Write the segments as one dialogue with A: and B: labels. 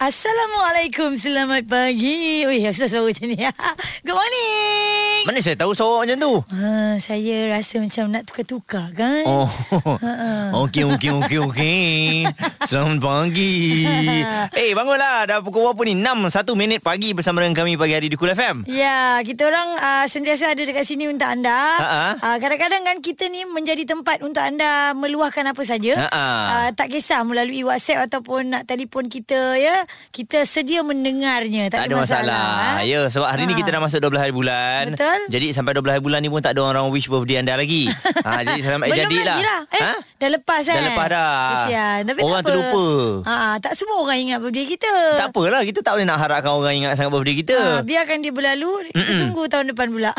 A: Assalamualaikum, selamat pagi. Ui, asal suara macam ni. Good morning.
B: Mana saya tahu sorak macam tu?
A: Ha, saya rasa macam nak tukar-tukar kan?
B: Oh. Okey, okey, okey, okey. Selamat pagi. Eh, hey, bangunlah. Dah pukul berapa ni? 6, 1 minit pagi bersama dengan kami pagi hari di Kul FM.
A: Ya, kita orang uh, sentiasa ada dekat sini untuk anda.
B: Ha-ha.
A: Uh, kadang-kadang kan kita ni menjadi tempat untuk anda meluahkan apa saja.
B: Ha-ha.
A: Uh, tak kisah melalui WhatsApp ataupun nak telefon kita ya. Kita sedia mendengarnya. Tak,
B: Tak ada masalah.
A: eh.
B: Ya, sebab hari ni
A: Ha.
B: kita dah masuk 12 hari bulan.
A: Betul.
B: Jadi sampai 12 hari bulan ni pun tak ada orang wish birthday anda lagi. ha, jadi selamat
A: Belum
B: jadilah.
A: lagi lah eh,
B: Ha?
A: Dah lepas kan
B: Dah lepas dah.
A: Kesian Tapi
B: Orang
A: tak apa.
B: terlupa.
A: ha, Tak semua orang ingat birthday kita
B: Tak apalah, kita tak boleh nak harapkan orang ingat sangat birthday kita.
A: Ah, biarkan dia berlalu Kita tunggu tahun depan pula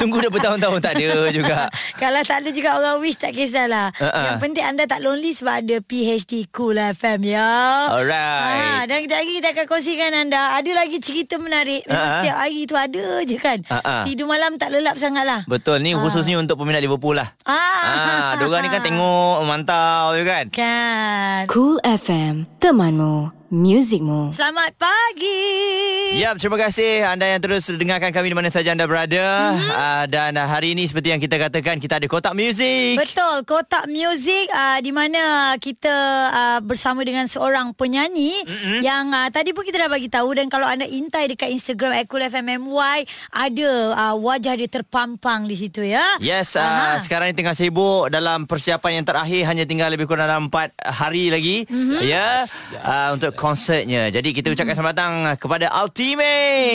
B: Tunggu dah bertahun-tahun tak ada juga.
A: Kalau tak ada juga orang wish Tak kisahlah
B: Ha-ha.
A: Yang penting anda tak lonely Sebab ada PHD Cool FM ya
B: Alright.
A: Ah, Dan kita lagi kita akan kongsikan anda Ada lagi cerita menarik Memang
B: Ha-ha.
A: setiap hari tu ada je kan
B: Ha-ha.
A: Tidur malam tak lelap sangat lah
B: Betul ni khususnya untuk peminat Liverpool lah.
A: Ah,
B: Ah, diorang ni kan tengok, mantau je kan.
A: Kan
C: Cool FM, temanmu, muzikmu.
A: Selamat pagi
B: Ya, terima kasih anda yang terus dengarkan kami di mana saja anda berada.
A: Mhm.
B: Mm-hmm. Uh, dan ah, hari ini seperti yang kita katakan, kita ada kotak muzik.
A: Betul, Kotak Music uh, di mana kita uh, bersama dengan seorang penyanyi mm-hmm. yang uh, tadi pun kita dah bagi tahu dan kalau anda intai dekat Instagram @coolfmmy ada uh, wajah dia terpampang di situ ya.
B: Yes, uh,
A: Aha.
B: sekarang ni tengah sibuk dalam persiapan yang terakhir hanya tinggal lebih kurang dalam 4 hari lagi mm-hmm.
A: Mhm.
B: ya uh, untuk konsertnya. Jadi kita ucapkan selamat datang kepada Ultimate.
A: Yeah,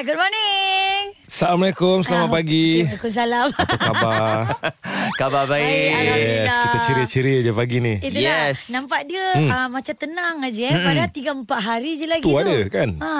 A: Ya, good morning.
D: Assalamualaikum,
A: Ah,
D: selamat pagi.
A: Waalaikumsalam.
D: Apa khabar?
B: Khabar baik.
A: Baik, Eh, Alhamdulillah.
D: yes, kita ceria-ceria je pagi ni.
A: Itulah yes.
B: Yes.
A: Nampak dia hmm. uh, macam tenang aja eh. Padahal 3 4 hari je lagi
D: Hmm. Tu
A: tu.
D: ada, kan?
A: Ha.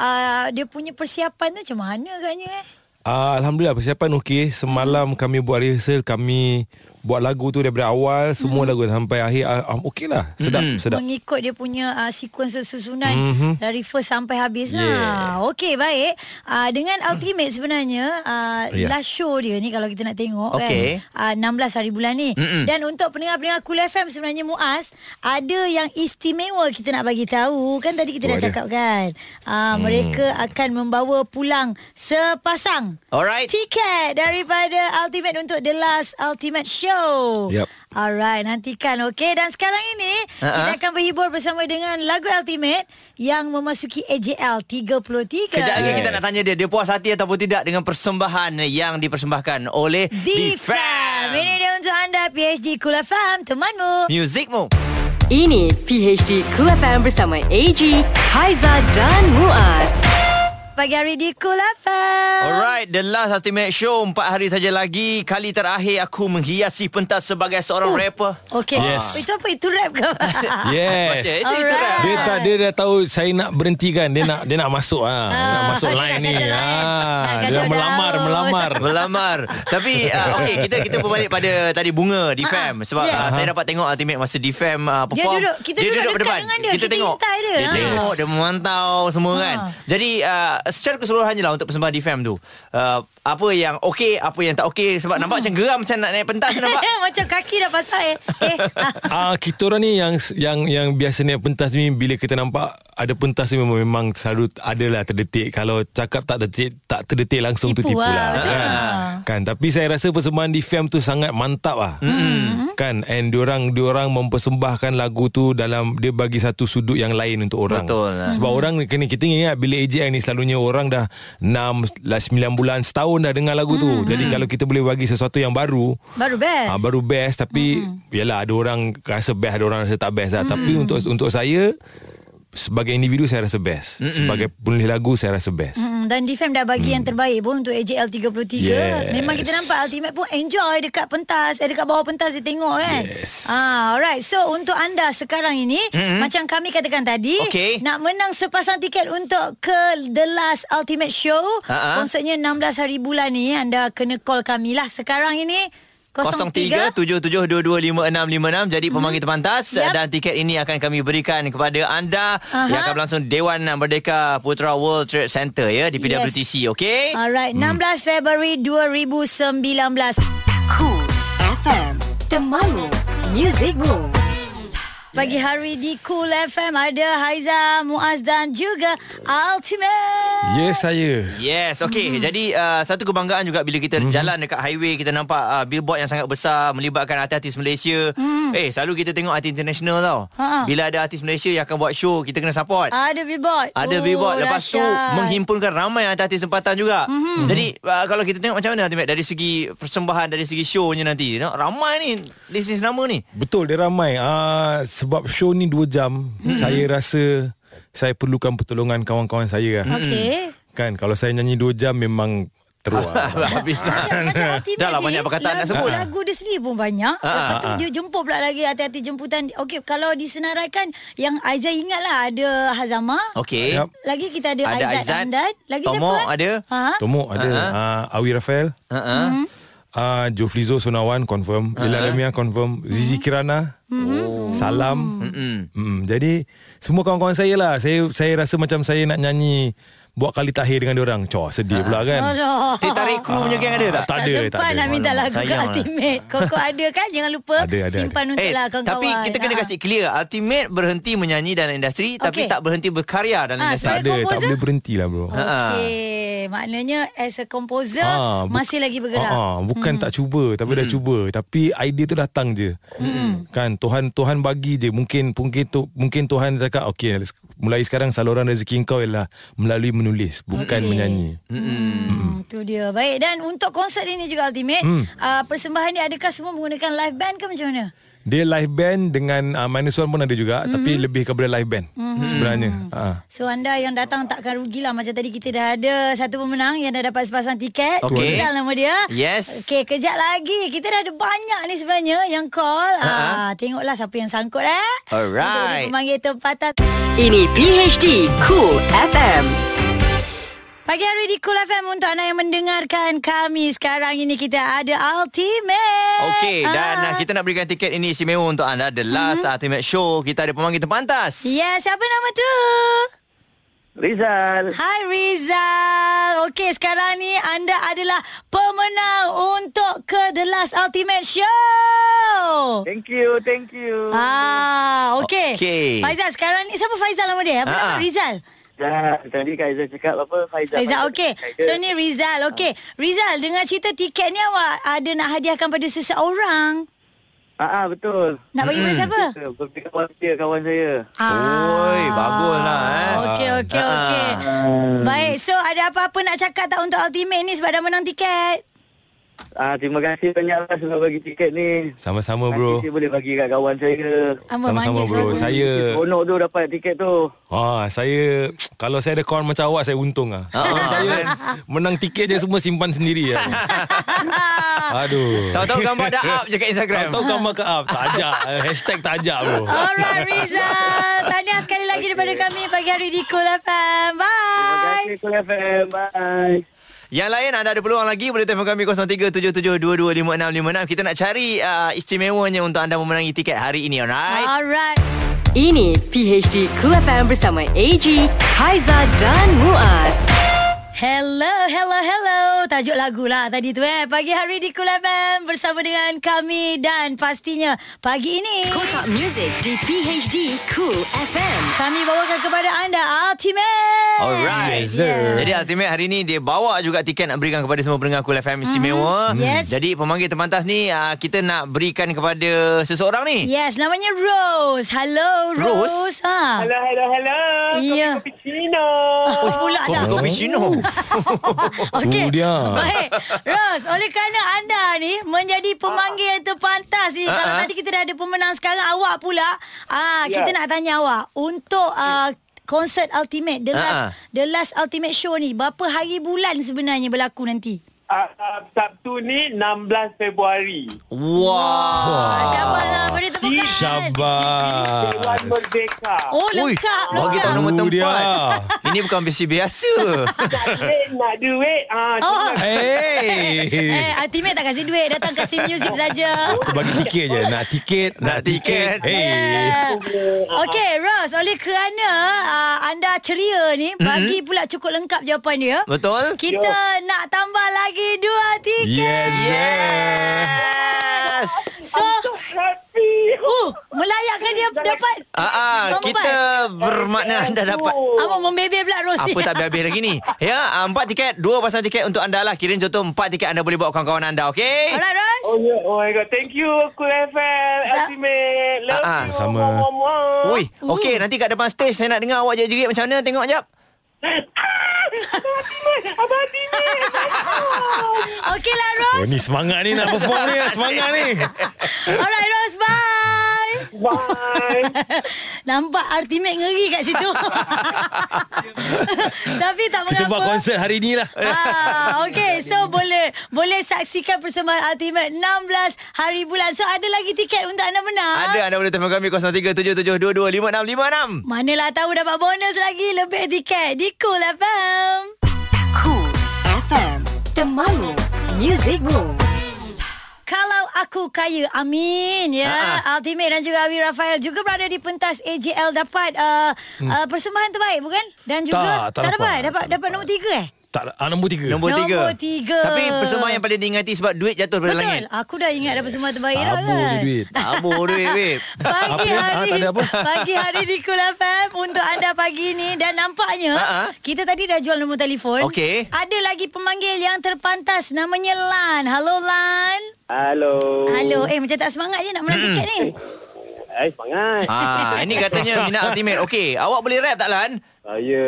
A: Uh, dia punya persiapan tu macam mana agaknya eh?
D: Ah, Alhamdulillah, persiapan okey.
A: Hmm.
D: Semalam kami buat rehearsal, kami buat lagu tu daripada awal,
A: Hmm.
D: semua lagu sampai akhir. Ah, ah, okey lah, sedap, sedap.
A: mengikut dia punya uh, sequence dan susunan mm-hmm. dari first sampai habis yeah. lah. Okey baik. Uh, dengan Ultimate sebenarnya uh,
D: Ya.
A: yeah. last show dia ni kalau kita nak tengok
B: Okey.
A: kan uh, 16 hari bulan ni. Mm-mm. Dan untuk pendengar-pendengar Cool FM sebenarnya Muaz ada yang istimewa kita nak bagi tahu kan tadi
D: Oh,
A: kita dah
D: ada.
A: cakap kan. Uh, mereka akan membawa pulang sepasang
B: Alright.
A: tiket daripada Ultimate untuk The Last Ultimate Show.
D: Yup.
A: Alright, nantikan okey. Dan sekarang ini uh-huh. kita akan berhibur bersama dengan lagu Ultimate yang memasuki AJL 33.
B: Kejap lagi
D: Yes.
B: kita nak tanya dia Dia puas hati ataupun tidak Dengan persembahan yang dipersembahkan oleh
A: D-Fam. Ini dia untuk anda PHG Kula Fam, temanmu.
B: Muzikmu
C: Ini PHD Cool FM bersama AG, Haiza dan Muaz.
A: Pagi hari di Kula Fam.
B: Alright, the last ultimate show Empat hari saja lagi Kali terakhir aku menghiasi pentas sebagai seorang
A: Oh.
B: rapper
A: Okey. Oh,
D: Yes.
A: Itu apa? Itu rap ke?
D: Yes.
B: Macam
A: eh?
B: itu, kan? itu rap
D: Dia tak dia dah tahu saya nak berhentikan, dia nak dia nak masuk ah, nak masuk
A: dia
D: line
A: nak
D: ni.
A: kata line. Nak
D: Ah, dia
A: kata
D: nak melamar,
A: daun.
D: melamar.
B: Melamar Tapi uh, okay, kita kita berbalik pada tadi bunga di fam Sebab
A: Ah, yes.
B: uh, saya dapat tengok Ultimate masa di fam uh,
A: Dia
B: perform
A: duduk- kita duduk dekat dengan dia.
B: Kita
A: Kita
B: tengok
A: intai dia. Ah.
B: Dia
A: Ha.
B: tengok, dia memantau semua kan Jadi uh, secara keseluruhannya lah untuk persembahan di fam tu uh, Apa yang okey, apa yang tak okey Sebab nampak macam geram macam nak naik pentas nampak
A: Macam kaki dah patah eh. eh.
D: Ah kita orang ni yang yang yang biasanya pentas ni bila kita nampak ada pentas ni memang, memang selalu adalah terdetik. Kalau cakap tak detik tak terdetik langsung
A: Tipu
D: tu tipu
A: lah,
D: lah.
A: betul
D: Kan? kan tapi saya rasa persembahan di film tu sangat mantap ah.
A: Hmm.
D: Mm-hmm. Kan and diorang diorang mempersembahkan lagu tu dalam dia bagi satu sudut yang lain untuk orang.
B: Betul lah.
A: Hmm.
D: Sebab orang ni kena kita ingat bila AJN ni selalunya orang dah 6 lah 9 bulan setahun dah dengar lagu tu.
A: Hmm.
D: Jadi kalau kita boleh bagi sesuatu yang baru
A: Baru best.
D: Ah baru best tapi mm-hmm. yalah ada orang rasa best ada orang rasa tak best lah. Mm-hmm. Tapi untuk untuk saya sebagai individu saya rasa best. Mm-hmm. Sebagai penulis lagu saya rasa best. Mm-hmm.
A: Mm, dan DFM dah bagi hmm. yang terbaik pun untuk AJL 33.
D: Yes.
A: Memang kita nampak Ultimate pun enjoy dekat pentas, eh dekat bawah pentas dia tengok kan.
D: Yes.
A: Ah, alright. So untuk anda sekarang ini hmm. macam kami katakan tadi
B: Okey.
A: nak menang sepasang tiket untuk ke The Last Ultimate Show.
B: Ha-ha.
A: Konsertnya 16 hari bulan ni anda kena call kami lah sekarang ini
B: 0377225656 jadi pemanggil terpantas
A: Mhm. Yap.
B: dan tiket ini akan kami berikan kepada anda
A: Aha.
B: yang akan berlangsung Dewan Merdeka Putra World Trade Center ya di
A: Yes. Ah.
B: PWTC okey
A: Alright, 16 Februari 2019.
C: Cool FM Temanmu Music Rules
A: Pagi hari di Cool FM ada Haiza, Muaz dan juga Ultimate.
D: Ya saya
B: Yes,
A: Mhm.
B: okay. Hmm. Jadi uh, satu kebanggaan juga bila kita hmm. jalan dekat highway kita nampak uh, billboard yang sangat besar melibatkan artis-artis Malaysia. Hmm. Eh, selalu kita tengok artis international tau.
A: Mhm. Ha.
B: Bila ada artis Malaysia yang akan buat show, kita kena support.
A: Ada billboard.
B: Ada
A: Oh,
B: billboard Lepas tu
A: dahsyat. Mhm.
B: Menghimpunkan ramai Artis-artis tempatan juga mm-hmm. Jadi uh, Kalau kita tengok macam mana Ultimate Dari segi Persembahan Dari segi shownya nanti you know, Ramai ni List nama ni
D: Betul dia ramai uh, Sebab show ni 2 jam hmm. Saya rasa Saya perlukan pertolongan kawan-kawan saya lah.
A: Okey.
D: Kan kalau saya nyanyi 2 jam memang teruk lah.
B: Habis
A: Macam,
B: lah
A: macam Ultimate
B: Dah lah
A: ni,
B: banyak perkataan nak
A: lagu,
B: sebut Ah,
A: Lagu dia sendiri pun banyak Lepas tu dia jemput pula lagi Hati-hati jemputan Okey kalau disenaraikan Yang Aizah ingat lah Ada Hazama
B: Okay
D: Yup.
A: Lagi kita ada,
B: Ada
A: Aizat,
B: Aizat.
A: Andan Lagi
B: Tomok
A: siapa?
B: ada.
A: ha?
D: Tomok ada uh-huh. uh, Awi Rafael
B: uh-huh.
A: Mhm.
D: uh, Joflizo Sonawan confirm
B: Ha,
D: uh-huh. Lila Lemia confirm
A: Mhm.
D: Zizi Kirana oh. Salam
B: Mm-mm.
D: mm, Jadi Semua kawan-kawan saya lah Saya saya rasa macam saya nak nyanyi Buat kali tahir dengan orang Coh sedih pula kan Ah,
A: Aduh.
B: Cik tarik kru Ha. punya geng ada tak? Eh,
D: tak
A: Tak
D: ada
A: sempat
D: tak ada.
A: nak minta lagu kat
B: Sayang lah.
A: Ultimate Koko ada kan Jangan lupa
D: Ada, ada, ada.
A: Simpan untuk
B: Eh,
A: lah kawan-kawan
B: tapi kita kena
A: Ha.
B: kasih clear Ultimate berhenti menyanyi dalam industri okay. Tapi
A: Okey.
B: tak berhenti berkarya dalam
A: Ah,
B: industri
D: Tak ada Tak
A: composer? Ha.
D: boleh berhenti lah bro
A: Okey Maknanya as a composer
D: Ah, buk-
A: Masih lagi bergerak Hmm.
D: Ah, ah, bukan tak cuba tapi dah cuba tapi idea tu datang je.
A: Hmm.
D: Kan Tuhan Tuhan bagi je mungkin mungkin tu mungkin Tuhan cakap okey mulai sekarang saluran rezeki kau ialah melalui menulis bukan
A: Okey.
D: menyanyi.
A: Hmm, tu dia. Baik dan untuk konsert ini juga Ultimate, hmm. uh, persembahan ni adakah semua menggunakan live band ke macam mana?
D: Dia live band dengan uh, minus one pun ada juga
A: Hmm.
D: tapi lebih kepada live band sebenarnya. Ah.
A: So anda yang datang takkan rugilah Macam tadi kita dah ada Satu pemenang yang dah dapat sepasang tiket
B: Okey.
A: Kenal nama dia
B: Yes.
A: Okey kejap lagi Kita dah ada banyak ni sebenarnya Yang call uh-huh. ah, Tengoklah siapa yang sangkut eh
B: Alright.
A: Untuk jadi pemanggil tempatan
C: Ini PHD Cool FM
A: Pagi hari di Cool FM Untuk anda yang mendengarkan kami Sekarang ini kita ada Ultimate
B: Okey dan
A: Ah. Mhm.
B: ah. kita nak berikan tiket ini istimewa untuk anda The Last mm-hmm. Ultimate Show Kita ada pemanggil terpantas
A: Ya, siapa nama tu? Rizal. Hai Rizal. Okey, sekarang ni anda adalah pemenang untuk ke The Last Ultimate Show.
E: Thank you, thank you.
A: Ah, okey.
B: Okey.
A: Faizal sekarang ni siapa Faizal nama dia? Apa
B: Ah,
A: nama
B: ah.
A: Rizal?
E: Dah, tadi Kak Aizah cakap apa? Faizal.
A: Faizal, okey.
E: Faizal.
A: So ni Rizal, okey. Rizal, dengar cerita tiket ni awak ada nak hadiahkan pada seseorang.
E: Ah, ah, betul.
A: Nak bagi
B: Hmm.
A: pada siapa?
E: Berarti kawan dia, kawan saya.
B: Oi, baguslah eh.
A: Okey, okey,
B: Ah.
A: okey. Baik, so ada apa-apa nak cakap tak untuk Ultimate ni sebab dah menang tiket?
E: Ah, terima kasih banyaklah sebab bagi tiket ni.
D: Sama-sama bro.
E: Nanti saya boleh bagi kat kawan saya.
A: Amat
D: Sama-sama,
A: manja
D: bro.
A: sangat.
D: Oh. Saya- Ya.
E: Seronok tu dapat tiket tu.
D: Ah, saya kalau saya ada kawan macam awak saya untung ah. saya menang tiket je semua simpan sendiri ah. Aduh.
B: Tahu-tahu gambar dah up je kat Instagram.
D: Tahu gambar ke up Tak ajak Ah, Hashtag tak ajak bro
A: Alright Rizal Tahniah sekali lagi daripada kami Pagi hari di Cool FM
E: Terima
A: Bye
E: kasih, Kul FM. Bye.
B: Yang lain anda ada peluang lagi boleh telefon kami 0377225656. Kita nak cari uh, istimewanya untuk anda memenangi tiket hari ini, alright?
A: Alright
C: Ini PHD Cool FM bersama AG Haiza dan Muaz
A: Hello, hello, hello Tajuk lagu lah tadi tu eh Pagi hari di Cool FM Bersama dengan kami Dan pastinya pagi ini
C: Kotak Music di PHD Cool FM
A: Kami bawakan kepada anda Ultimate
B: Alright.
D: Yes, sir.
B: Jadi Ultimate hari ni dia bawa juga tiket nak berikan kepada semua pendengar Cool FM istimewa.
A: Mhm. Yes.
B: Jadi pemanggil terpantas ni uh, kita nak berikan kepada seseorang ni.
A: Yes, namanya Rose Hello Rose,
B: Rose?
A: Ha.
E: Hello, hello, hello.
A: Ya.
E: Kopi Cina.
A: Oh, pula dah
B: Kopi Cino.
A: Okey.
D: Tu dia.
A: Baik. Ros, oleh kerana anda ni menjadi pemanggil yang terpantas ni.
B: Ah,
A: Kalau
B: ah.
A: tadi kita dah ada pemenang sekarang awak pula. Ah,
E: Ya.
A: kita nak tanya awak untuk ah, konsert ultimate the
B: Hmm. Ah,
A: last
B: ah.
A: the last ultimate show ni berapa hari bulan sebenarnya berlaku nanti?
F: uh, uh, Sabtu ni 16 Februari.
B: Wah.
A: Syabas lah Beri tepukan
D: Ah,
F: Dewan
D: Syabas.
F: Merdeka.
A: Oh
B: Ui,
A: lengkap
B: Bagi tahu
A: lengkap
B: nama
D: Tu
B: tempat.
D: dia.
B: Ini bukan besi biasa.
F: Duit nak duit. Ah,
A: Oh.
D: Hey.
A: Eh, ultimate tak kasih duit Datang kasih music saja
D: Aku bagi tiket je Nak tiket
B: Nak tiket.
D: Hey
A: Eh. Okey, Ros, oleh kerana uh, anda ceria ni,
B: Mm-hmm.
A: bagi pula cukup lengkap jawapan dia.
B: Betul?
A: Kita nak tambah lagi dua tiket.
D: Yes
B: Yes.
A: So,
F: So happy.
A: uh, melayakkan dia dapat
B: Ah, ah,
A: nombor
B: kita
A: empat. Eh,
B: bermakna anda dapat
A: Abang membebel pula Ros ni.
B: apa tak habis-habis lagi ni Ya, ah, empat tiket Dua pasang tiket untuk anda lah Kira contoh empat tiket anda boleh bawa kawan-kawan anda Okay?
A: Alright, Ros.
F: Oh, yeah. oh my god. Thank you, Cool FM. Ultimate. Love
B: Ah, ah,
F: you.
D: sama.
F: Mwah, mwah, mwah.
B: Ui, okay nanti kat depan stage Saya nak dengar awak jerit-jerit macam mana Tengok jap
A: Okey lah, Ros.
D: Oh ni semangat ni Nak perform ni Semangat ni
A: Alright, Ros. Bye.
F: Bye.
A: Nampak ultimate ngeri kat situ. Tapi tak mengapa.
D: Kita buat konsert hari ni lah
A: Ah, okay, so boleh boleh saksikan persembahan Ultimate 16 hari bulan. So ada lagi tiket untuk anda menang.
B: Ada anda boleh telefon kami 0377225656
A: Manalah tahu dapat bonus lagi lebih tiket di Cool FM.
C: Cool FM Temanmu Music Rules
A: Kalau aku kaya, amin ya.
B: Ha-ha.
A: Ultimate dan juga Awi Rafael juga berada di pentas AJL dapat uh, hmm. uh, persembahan terbaik bukan? Dan juga
D: Tak, tak dapat.
A: dapat. Dapat
D: Tak
A: dapat nombor tiga eh?
D: Tak ah, Nombor tiga
B: Nombor tiga
A: Nombor tiga.
B: Tapi persembahan yang paling diingati Sebab duit jatuh daripada
A: Betul.
B: langit Ah,
A: Aku dah ingat dapat persembahan terbaik dah
D: Tabu
A: kan.
D: ni duit
B: Tabur duit babe
A: Pagi
D: Apa? Ah,
A: hari
D: tak ada apa?
A: Pagi hari di Kul FM Untuk anda pagi ni Dan nampaknya
B: Ha, ha.
A: Kita tadi dah jual nombor telefon
B: Okey.
A: Ada lagi pemanggil yang terpantas Namanya Lan Halo Lan
E: Hello.
D: Oh.
A: Halo Eh macam tak semangat je nak menang tiket ni
E: Hai, semangat.
B: Ah, ini katanya minat ultimate. Okey, awak boleh rap tak Lan?
E: Saya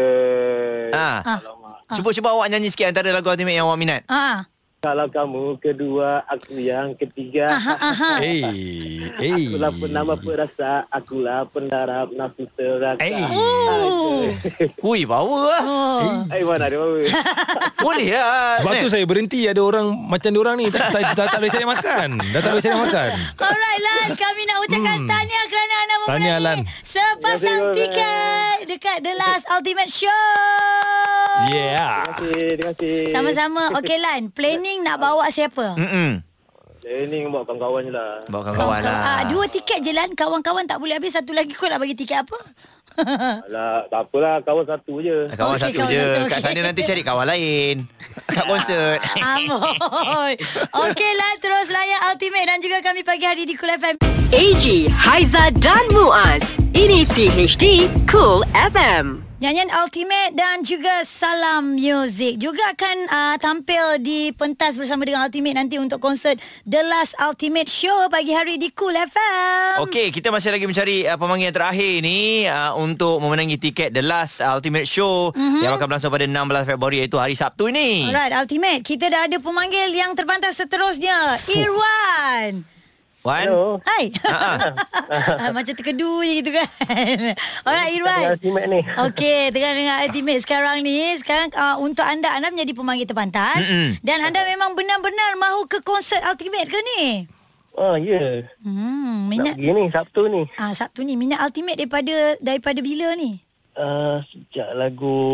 B: Ah.
E: Alamak.
B: Cuba-cuba awak nyanyi sikit antara lagu ultimate yang awak minat.
A: Ha.
E: Kalau kamu kedua, aku yang ketiga.
A: Ha, ha, ha.
D: Hey Hey
E: Akulah penama perasa, akulah pendarap nafsu terasa.
B: Eh.
D: Hey
A: Oh.
B: Hui, power lah.
A: Oh.
E: Hai, Eh, mana ada apa?
B: Boleh lah.
D: Sebab
B: Lan.
D: tu saya berhenti Ada orang Macam diorang ni Tak, tak, tak, tak boleh cari makan Dah tak boleh cari makan
A: Alright Lan Kami nak ucapkan hmm. tahniah Kerana anda
D: Tahniah, Lan.
A: memenangi Sepasang
E: Terima kasih,
A: tiket Dekat The Last Ultimate Show
D: Yeah
E: Terima kasih, terima kasih.
A: Sama-sama Okay Lan Planning nak bawa siapa?
D: Hmm.
B: Mm-mm.
E: Training Eh, buat kawan-kawan je lah.
B: Bawa kawan-kawan lah.
A: Ah, dua tiket je Lan Kawan-kawan tak boleh habis Satu lagi kau nak bagi tiket apa?
E: Alah, tak apalah, kawan satu je.
B: Kawan
A: Okey,
B: satu
A: kawan
B: je.
A: satu,
B: Kat
A: okey.
B: sana nanti cari kawan lain. Kat konsert.
A: Amoy Okey Lan Terus layan Ultimate Dan juga kami pagi hari di Kul FM
C: AG, Haiza dan Muaz Ini PHD Cool FM
A: Nyanyian Ultimate dan juga Salam Music juga akan uh, tampil di pentas bersama dengan Ultimate nanti untuk konsert The Last Ultimate Show pagi hari di Cool FM.
B: Okey, kita masih lagi mencari uh, pemanggil yang terakhir ni uh, untuk memenangi tiket The Last ah, Ultimate Show mm-hmm. yang akan berlangsung pada 16 Februari iaitu hari Sabtu ni.
A: Mhm. Alright, Ultimate. Kita dah ada pemanggil yang terpantas seterusnya. Irwan.
B: Wan.
E: Hello.
A: Hai. Ah, Macam terkedu je gitu kan. Alright, Irwan.
E: Ultimate ni.
A: Okey, tengah dengar Ultimate sekarang ni. Sekarang uh, untuk anda, anda menjadi pemanggil terpantas. Mm-mm. Dan anda memang benar-benar mahu ke konsert Ultimate ke ni?
E: Oh,
B: Ah.
E: ya.
A: Hmm,
E: Yeah. Nak
A: minat
E: pergi ni, Sabtu ni.
A: ah Sabtu ni minat Ultimate daripada daripada bila ni?
E: Uh, sejak lagu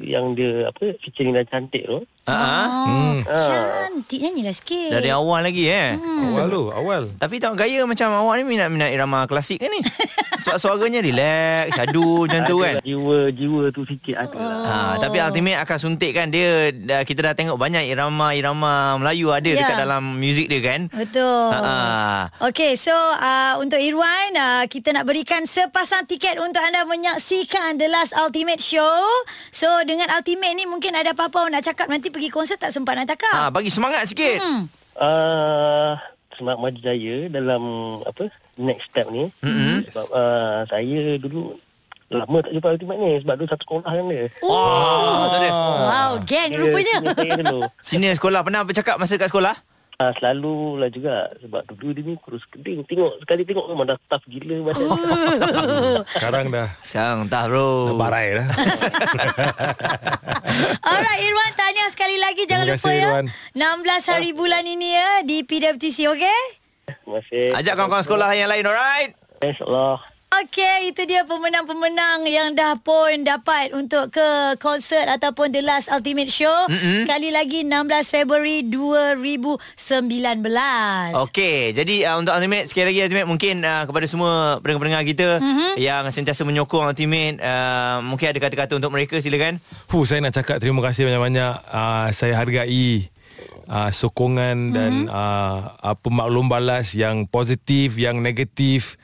E: yang dia apa featuring dan cantik tu.
B: Ha
A: Oh,
D: Ah.
A: cantik nyanyilah sikit.
B: Dari awal lagi eh.
A: Mhm. Hmm.
D: Awal tu Awal
B: Tapi tak gaya macam awak ni minat-minat irama klasik ke ni? Sebab suaranya relax, syadu macam tu kan.
E: Adalah Jiwa jiwa tu sikit ada lah.
B: Ha, tapi
A: Oh.
B: ultimate akan suntikkan dia dah, kita dah tengok banyak irama-irama Melayu ada
A: Ya. Oh.
B: yeah. dekat dalam muzik dia kan. ah.
A: Betul.
B: Ha-ha.
A: Okey, so uh, untuk Irwan, uh, kita nak berikan sepasang tiket untuk anda menyaksikan The Last Ultimate Show. So, dengan Ultimate ni mungkin ada apa-apa awak nak cakap nanti pergi konsert tak sempat nak
B: Ha,
A: cakap.
B: bagi semangat sikit.
A: Hmm.
E: Uh, semangat maju jaya dalam apa next step ni. Mm-hmm. Sebab uh, saya dulu lama tak jumpa Ultimate ni sebab dulu satu sekolah kan dia.
B: Oh, oh tu dia.
A: Wow, Oh, geng
E: Dia
A: rupanya.
E: senior saya dulu.
B: Senior sekolah pernah bercakap masa kat sekolah?
E: Ah, selalu lah juga sebab dulu dia ni kurus keding. Tengok sekali tengok memang dah tough gila macam.
D: Sekarang dah
B: Sekarang entah bro.
D: Barai dah
A: Alright Irwan Tahniah sekali lagi Jangan
D: Terima
A: lupa
D: kasih,
A: ya
D: Irwan. Ah.
A: 16 hari bulan ini ya Di PWTC okay
E: Terima kasih.
B: Ajak kawan-kawan sekolah yang lain, alright?
E: InsyaAllah.
A: Okey, itu dia pemenang-pemenang yang dah pun dapat untuk ke konsert ataupun The Last Ultimate Show. Mm-hmm. Sekali lagi 16 Februari 2019.
B: Okey, jadi uh, untuk Ultimate sekali lagi Ultimate mungkin uh, kepada semua pendengar-pendengar kita
A: Mhm.
B: mm-hmm. yang sentiasa menyokong Ultimate, uh, mungkin ada kata-kata untuk mereka silakan.
D: Fuh, saya nak cakap terima kasih banyak-banyak. Uh, saya hargai uh, sokongan dan
A: Mhm.
D: uh, apa maklum balas yang positif, yang negatif,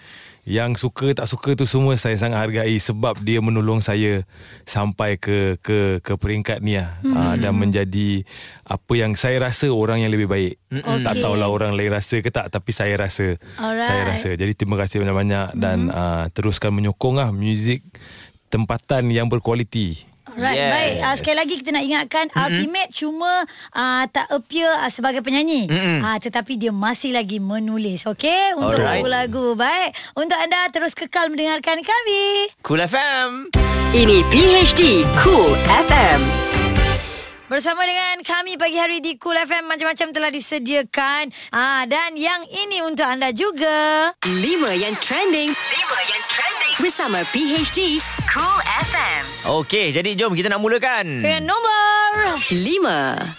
D: yang suka tak suka tu semua saya sangat hargai sebab dia menolong saya sampai ke ke ke peringkat ni lah. Uh,
A: Mhm.
D: dan menjadi apa yang saya rasa orang yang lebih baik. Okay. Tak
A: Mhm. Okey.
D: tahulah orang lain rasa ke tak tapi saya rasa.
A: Alright. Mhm.
D: Saya rasa. Jadi terima kasih banyak-banyak dan uh, teruskan menyokong lah muzik tempatan yang berkualiti.
A: Right, yes.
B: Yes.
A: baik. Uh, sekali lagi kita nak ingatkan mm-hmm. Ultimate cuma uh, tak appear uh, sebagai penyanyi. Mm-hmm. Uh, tetapi dia masih lagi menulis, okey? Untuk
B: Alright.
A: lagu-lagu. Baik. Untuk anda terus kekal mendengarkan kami.
B: Cool FM.
C: Ini PHD Cool FM.
A: Bersama dengan kami pagi hari di Cool FM macam-macam telah disediakan. Ah dan yang ini untuk anda juga.
C: 5 yang trending. 5 yang trending. Bersama PHD Cool FM.
B: Okey, jadi jom kita nak mulakan.
A: Dengan nombor
C: 5.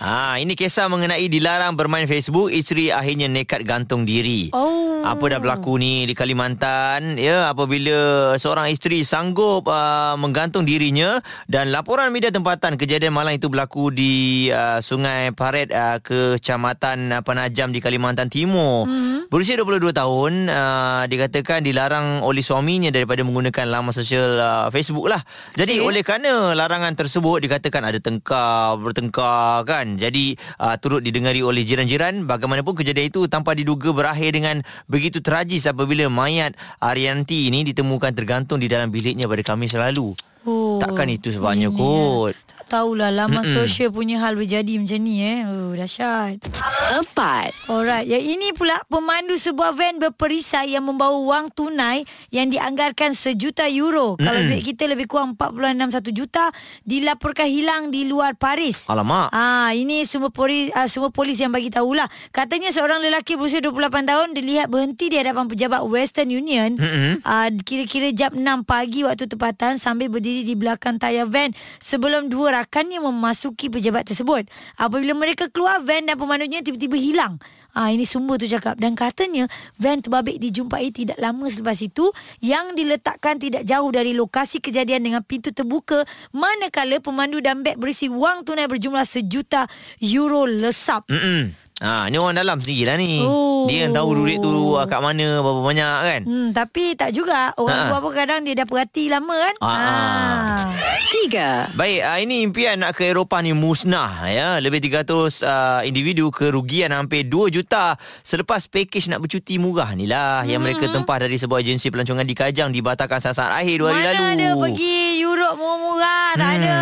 B: Ha, ini kisah mengenai dilarang bermain Facebook, isteri akhirnya nekat gantung diri.
A: Oh.
B: Apa dah berlaku ni di Kalimantan? Ya, apabila seorang isteri sanggup uh, menggantung dirinya dan laporan media tempatan kejadian malang itu berlaku di uh, Sungai Paret uh, kecamatan uh, Penajam di Kalimantan Timur. Mm-hmm. Berusia 22 tahun, uh, dikatakan dilarang oleh suaminya daripada menggunakan laman sosial uh, Facebook lah. Jadi okay. oleh kerana larangan tersebut dikatakan ada tengkar, bertengkar kan. Jadi uh, turut didengari oleh jiran-jiran bagaimanapun kejadian itu tanpa diduga berakhir dengan begitu tragis apabila mayat Arianti ini ditemukan tergantung di dalam biliknya pada Khamis lalu.
A: Oh,
B: Takkan itu sebabnya
A: ini
B: kot.
A: dia. Tak tahulah laman Mm-mm. sosial punya hal berjadi macam ni eh. Oh, dahsyat.
C: 4.
A: Alright, yang ini pula pemandu sebuah van berperisai yang membawa wang tunai yang dianggarkan sejuta euro. Mm-mm. Kalau duit kita lebih kurang 4.61 juta dilaporkan hilang di luar Paris.
B: Alamak.
A: Ah, ini semua polis ah, semua polis yang bagi tahulah. Katanya seorang lelaki berusia 28 tahun dilihat berhenti di hadapan pejabat Western Union mm-hmm. ah, kira-kira jam 6 pagi waktu tempatan sambil berdiri di belakang tayar van sebelum dua rakannya memasuki pejabat tersebut. Apabila mereka keluar van dan pemandunya tiba-tiba hilang. Ah ini sumber tu cakap dan katanya van terbabit dijumpai tidak lama selepas itu yang diletakkan tidak jauh dari lokasi kejadian dengan pintu terbuka manakala pemandu dan beg berisi wang tunai berjumlah sejuta euro lesap.
B: Mm-mm. Ha, ni orang dalam sendiri lah ni.
A: Oh.
B: Dia yang tahu duit tu uh, kat mana, berapa banyak kan.
A: Hmm tapi tak juga
B: Ha.
A: orang luar pun kadang dia dah perhati lama kan.
B: Ha.
A: Ah.
C: 3.
B: Baik, uh, ini impian nak ke Eropah ni musnah ya. Lebih 300 uh, individu kerugian hampir 2 juta selepas pakej nak bercuti murah ni lah hmm. yang mereka tempah dari sebuah agensi pelancongan di Kajang dibatalkan sasaran akhir 2 hari
A: Mana
B: lalu. Hmm.
A: ada pergi Europe murah-murah tak ada.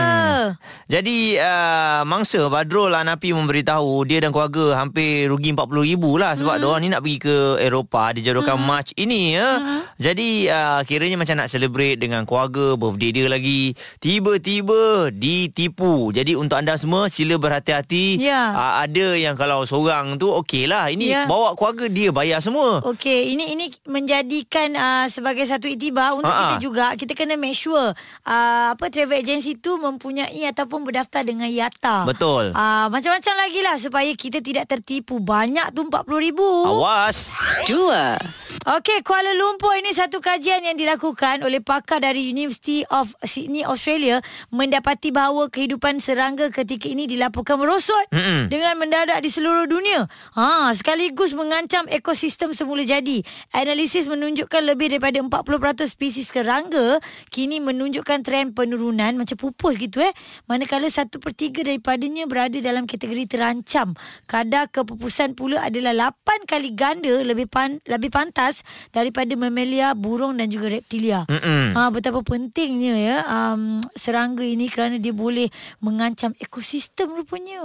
B: Jadi uh, mangsa Badrul Hanapi memberitahu dia dan keluarga hampir rugi RM40,000 lah sebab hmm. diorang ni nak pergi ke Eropah dijadualkan hmm. March ini ya. Hmm. Jadi uh, kiranya macam nak celebrate dengan keluarga birthday dia lagi tiba-tiba ditipu. Jadi untuk anda semua sila berhati-hati.
A: Ya.
B: Uh, ada yang kalau seorang tu okey lah ini
A: Ya.
B: bawa keluarga dia bayar semua.
A: Okey, ini ini menjadikan uh, sebagai satu iktibar untuk
B: Ha-ha.
A: kita juga kita kena make sure uh, apa travel agency tu mempunyai ataupun berdaftar dengan IATA.
B: Betul.
A: Uh, macam-macam lagi lah supaya kita tidak tertipu. Banyak tu 40 ribu.
B: Awas.
C: 2.
A: Okey, Kuala Lumpur ini satu kajian yang dilakukan oleh pakar dari University of Sydney, Australia mendapati bahawa kehidupan serangga ketika ini dilaporkan merosot mm dengan mendadak di seluruh dunia. Ha, sekaligus mengancam ekosistem semula jadi. Analisis menunjukkan lebih daripada 40% spesies serangga kini menunjukkan tren penurunan macam pupus gitu eh. Manakala 1 per 3 daripadanya berada dalam kategori terancam. Kadar kepupusan pula adalah 8 kali ganda lebih pan, lebih pantas daripada mamalia, burung dan juga reptilia.
B: Mm-mm.
A: Ha, betapa pentingnya ya um, serangga ini kerana dia boleh mengancam ekosistem rupanya.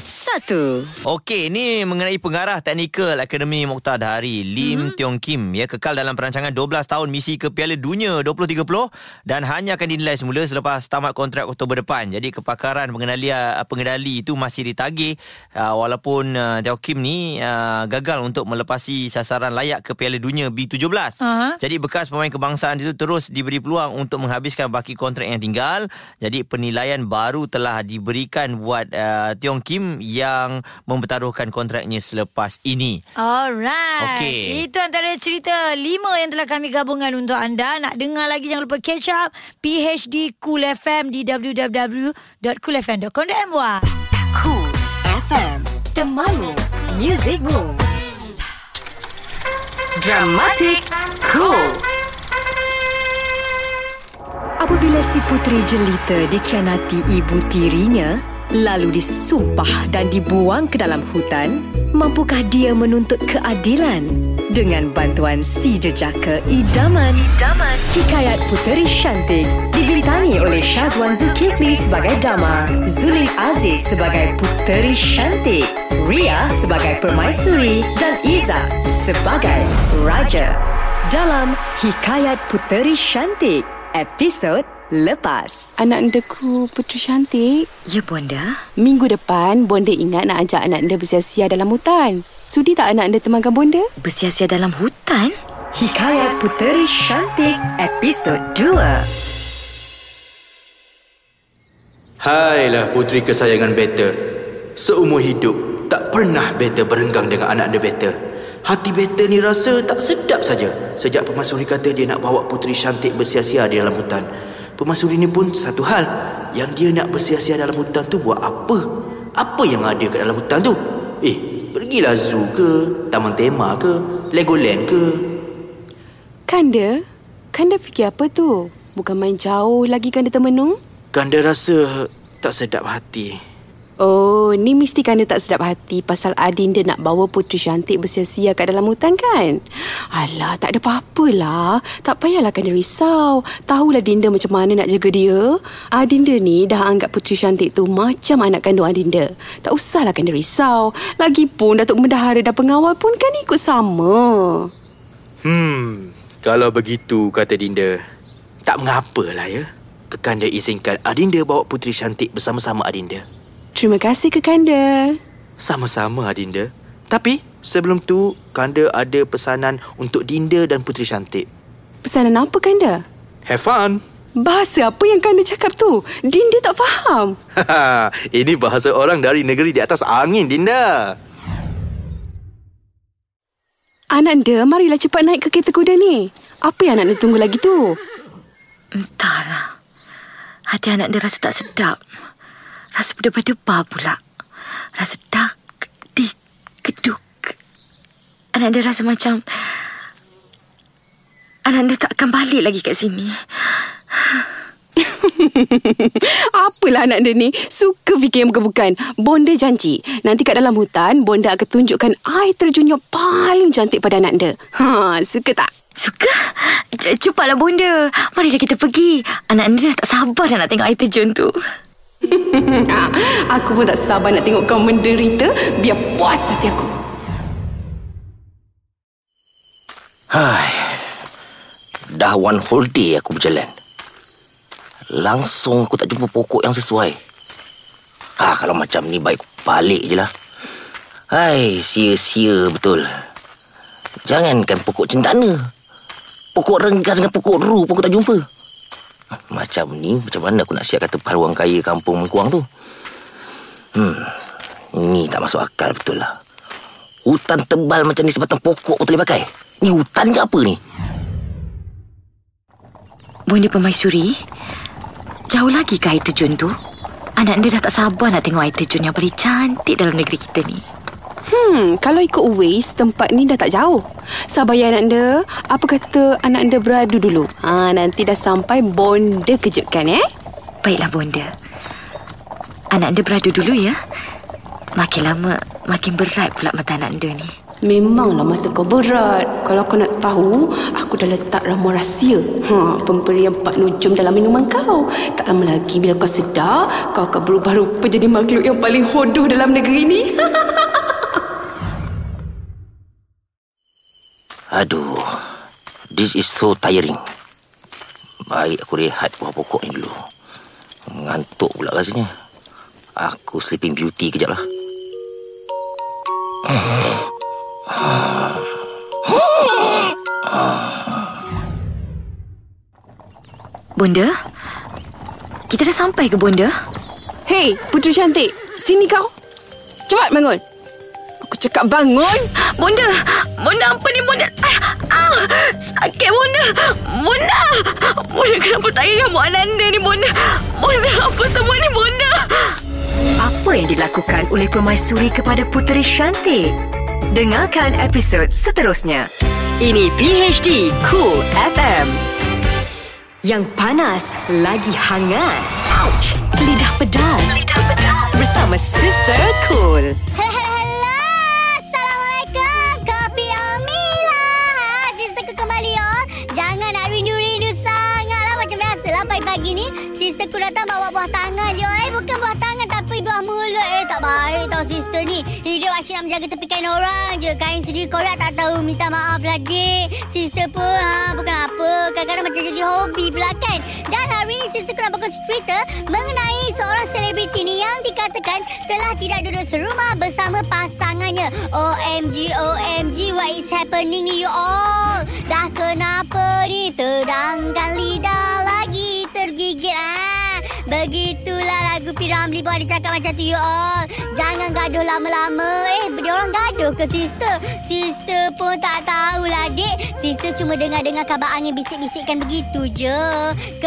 C: Satu.
B: Okey, ni mengenai pengarah teknikal Akademi Mokhtar Dahari Lim mm-hmm. Tiong Kim ya kekal dalam perancangan 12 tahun misi ke Piala Dunia 2030 dan hanya akan dinilai semula selepas tamat kontrak Oktober depan. Jadi kepakaran pengendali pengendali itu masih ditagih uh, walaupun uh, Tiong Kim ni uh, gagal untuk melepasi sasaran layak ke Piala Dunia B17.
A: Aha.
B: Jadi bekas pemain kebangsaan itu terus diberi peluang untuk menghabiskan baki kontrak yang tinggal. Jadi penilaian baru telah diberikan buat uh, Tiong Kim yang mempertaruhkan kontraknya selepas ini.
A: Alright.
B: Okey.
A: Itu antara cerita lima yang telah kami gabungkan untuk anda. Nak dengar lagi jangan lupa catch up PHD Cool FM di www.coolfm.com.my.
C: Cool FM. Temanmu. Music Moves. Dramatic Cool. Apabila si puteri jelita dikhianati ibu tirinya, lalu disumpah dan dibuang ke dalam hutan, mampukah dia menuntut keadilan? Dengan bantuan si jejaka idaman. Idaman. Hikayat Puteri Syantik dibintangi oleh Syazwan Zulkifli sebagai Damar, Zulin Aziz sebagai Puteri Syantik, Ria sebagai Permaisuri dan Iza sebagai Raja. Dalam Hikayat Puteri Syantik, episod lepas.
G: Anak ndeku Putri Cantik
C: Ya, Bonda.
G: Minggu depan Bonda ingat nak ajak anak anda bersia-sia dalam hutan Sudi tak anak anda temankan Bonda?
C: Bersia-sia dalam hutan? Hikayat Puteri Syantik, episod 2.
H: Hailah puteri kesayangan Beta. Seumur hidup, tak pernah Beta berenggang dengan anak dia Beta. Hati Beta ni rasa tak sedap saja. Sejak pemasuri kata dia nak bawa puteri cantik bersia-sia di dalam hutan. Pemasuri ni pun satu hal. Yang dia nak bersia-sia dalam hutan tu buat apa? Apa yang ada kat dalam hutan tu? Eh, pergilah zoo ke, taman tema ke, Legoland ke.
G: Kanda? Kanda Kan fikir apa tu? Bukan main jauh lagi Kanda termenung?
H: Kanda Kan rasa tak sedap hati.
G: Oh, ni mesti Kanda tak sedap hati pasal Adinda nak bawa Putri Cantik bersia-sia kat dalam hutan kan? Alah, tak ada apa-apa lah. Tak payahlah Kanda risau. Tahulah Dinda macam mana nak jaga dia. Adinda ni dah anggap Putri Cantik tu macam anak kandung Adinda. Tak usahlah Kanda risau. Lagipun Datuk Mendahara dan pengawal pun kan ikut sama.
H: Hmm, kalau begitu kata Dinda, tak mengapalah ya. Kekanda izinkan Adinda bawa puteri cantik bersama-sama Adinda.
G: Terima kasih ke Kanda.
H: Sama-sama Adinda. Tapi sebelum tu, Kanda ada pesanan untuk Dinda dan puteri cantik.
G: Pesanan apa Kanda?
H: Have fun!
G: Bahasa apa yang Kanda cakap tu? Dinda tak faham.
H: Haha, Ini bahasa orang dari negeri di atas angin, Dinda.
G: Ananda, marilah cepat naik ke kereta kuda ni. Apa yang Ananda tunggu lagi tu?
I: Entahlah. Hati Ya, anak dia rasa tak sedap. Rasa berdebar-debar pula. Rasa dak, dik, geduk. Anak dia rasa macam... Anak dia tak akan balik lagi kat sini.
G: Apalah anak dia ni Suka fikir yang bukan-bukan Bonda janji Nanti kat dalam hutan Bonda akan tunjukkan Air terjun yang paling cantik pada anak dia ha, Suka tak?
I: Suka? C- Cepatlah bonda. Marilah kita pergi. Anak dia dah tak sabar dah nak tengok air terjun tu.
G: Ha, aku pun tak sabar nak tengok kau menderita Biar puas hati aku
J: Hai. Dah one whole day aku berjalan. Langsung aku tak jumpa pokok yang sesuai. Ah, kalau macam ni baik aku balik je lah. Hai, sia-sia betul. Jangankan pokok cendana. Pokok renggas dengan pokok ru pun aku tak jumpa. Ah, Macam ni, macam mana aku nak siap kata paluang kaya kampung mengkuang tu? Hmm, ni tak masuk akal betul lah. Hutan tebal macam ni sebatang pokok pun tak boleh pakai. Ni hutan ke apa ni?
I: Bonda Permaisuri, jauh lagi ke air terjun tu? Anak dia dah tak sabar nak tengok air terjun yang paling cantik dalam negeri kita ni.
G: Hmm, kalau ikut Waze, tempat ni dah tak jauh. Sabar ya anak anda. Apa kata anak anda beradu dulu? Ha, nanti dah sampai bonda kejutkan eh.
I: Baiklah, Bonda. Anak anda beradu dulu ya. Makin lama, makin berat pula mata anak anda ni.
G: Memanglah mata kau berat. Kalau kau nak tahu, aku dah letak ramuan rahsia. Ha, pemberian Pak Nujum dalam minuman kau. Tak lama lagi bila kau sedar, kau akan berubah rupa jadi makhluk yang paling hodoh dalam negeri ni. Ha.
J: Aduh. This is so tiring. Baik aku rehat buah pokok ni dulu. Ngantuk pula rasanya. Aku sleeping beauty kejap lah.
I: Bonda? Kita dah sampai ke Bonda?
G: Hei, Puteri Cantik. Sini kau. Cepat bangun. Aku cakap bangun.
I: Bonda! Bonda apa ni Bonda? Ah, ah, sakit Bonda! Bonda! Bonda kenapa tak ingat Mak Ananda ni Bonda? Bonda apa semua ni Bonda?
C: Apa yang dilakukan oleh permaisuri kepada Puteri Shanti? Dengarkan episod seterusnya. Ini PHD Cool FM. Yang panas lagi hangat. Ouch! Lidah pedas. Lidah pedas. Bersama Sister Cool.
K: Hello, lah. Assalamualaikum Kopi Omila Sister ku kembali oh Jangan nak rindu-rindu sangat lah Macam biasa lah pagi-pagi ni Sister ku datang bawa buah tangan je Eh bukan buah tangan tapi buah mulut Eh tak baik tau sister ni Hidup asyik nak menjaga tepi kain orang je Kain sendiri koyak tak tahu Minta maaf lah dik Sister pun ha, bukan apa Kadang-kadang macam jadi hobi pula kan Dan hari ni sister ku nak bagus cerita Mengenai seorang selebriti ni Yang dikatakan telah tidak duduk serumah bersama pasangannya OMG, OMG What is happening ni you all Dah kenapa ni Terdangkan lidah lagi Tergigit ah Begitulah lagu P. Ramlee pun ada cakap macam tu you all Jangan gaduh lama-lama Eh dia orang gaduh ke sister Sister pun tak tahulah dek Sister cuma dengar-dengar kabar angin bisik-bisikkan begitu je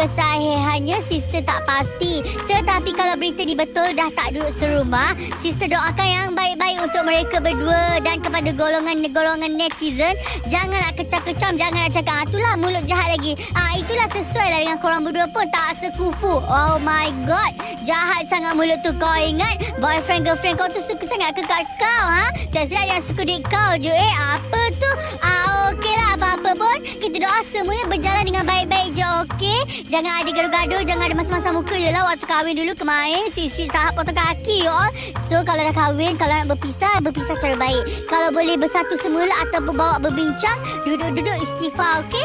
K: Kesahihannya sister tak pasti Tetapi kalau berita ni betul dah tak duduk serumah Sister doakan yang baik-baik untuk mereka berdua Dan kepada golongan-golongan netizen Jangan nak kecam-kecam Jangan nak cakap ah, Itulah mulut jahat lagi ah, Itulah sesuai lah dengan korang berdua pun Tak sekufu Oh my god Jahat sangat mulut tu Kau ingat Boyfriend-girlfriend kau tu Suka sangat ke kat kau ha? Siap-siap yang suka dek kau je Eh apa tu ah, Okey lah apa-apa pun Kita doa semuanya berjalan dengan baik-baik je Okey Jangan ada gaduh-gaduh Jangan ada masa-masa muka je lah Waktu kahwin dulu kemain Sweet-sweet tahap potong kaki you all. So kalau dah kahwin Kalau nak berpisah Berpisah cara baik Kalau boleh bersatu semula Atau berbawa berbincang Duduk-duduk istighfar Okey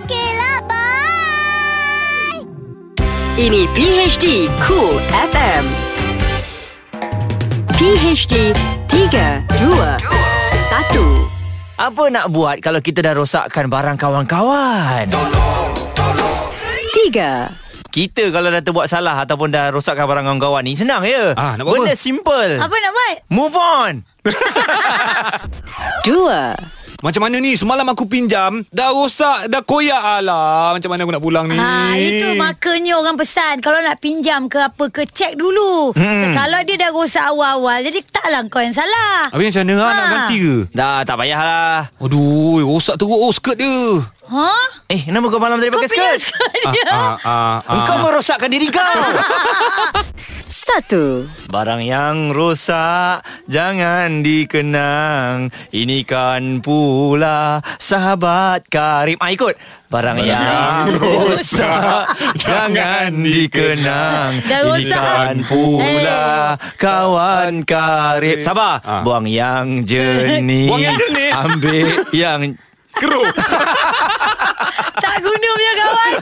K: Okey lah bye
C: Ini PHD Cool FM. PHD 3, 2, 1.
B: Apa nak buat kalau kita dah rosakkan barang kawan-kawan?
C: 3.
B: Kita kalau dah terbuat salah ataupun dah rosakkan barang kawan-kawan ni senang ya. Ah,
A: nak buat
B: Benda
A: apa?
B: simple.
A: Apa nak buat?
B: Move on.
C: Dua.
L: Macam mana ni? Semalam aku pinjam. Dah rosak, dah koyak. Alah, macam mana aku nak pulang
B: Eh.
L: ni?
A: Ha, itu makanya orang pesan Kalau nak pinjam ke apa ke Check dulu
L: Hmm.
A: hmm. so, Kalau dia dah rosak awal-awal Jadi taklah kau yang salah
L: Habis macam mana ha. nak ganti ke?
B: Dah, tak payahlah.
L: Aduh, rosak teruk. Oh, skirt dia.
A: Ha?
B: Eh, kenapa kau malam tadi
A: pakai skirt?
L: Ah, ah, ah.
B: Engkau merosakkan diri kau.
C: Satu.
B: Barang yang rosak jangan dikenang. Ini kan pula sahabat Karim. Ah ikut. Barang,
L: Barang
B: yang
L: yang
B: rosak jangan dikenang.
L: Dah
B: Ini
L: rosak.
B: kan pula kawan Karim. Sabar. Buang yang jernih.
L: Buang yang jernih.
B: Ambil yang keruh.
A: Tak guna punya kawan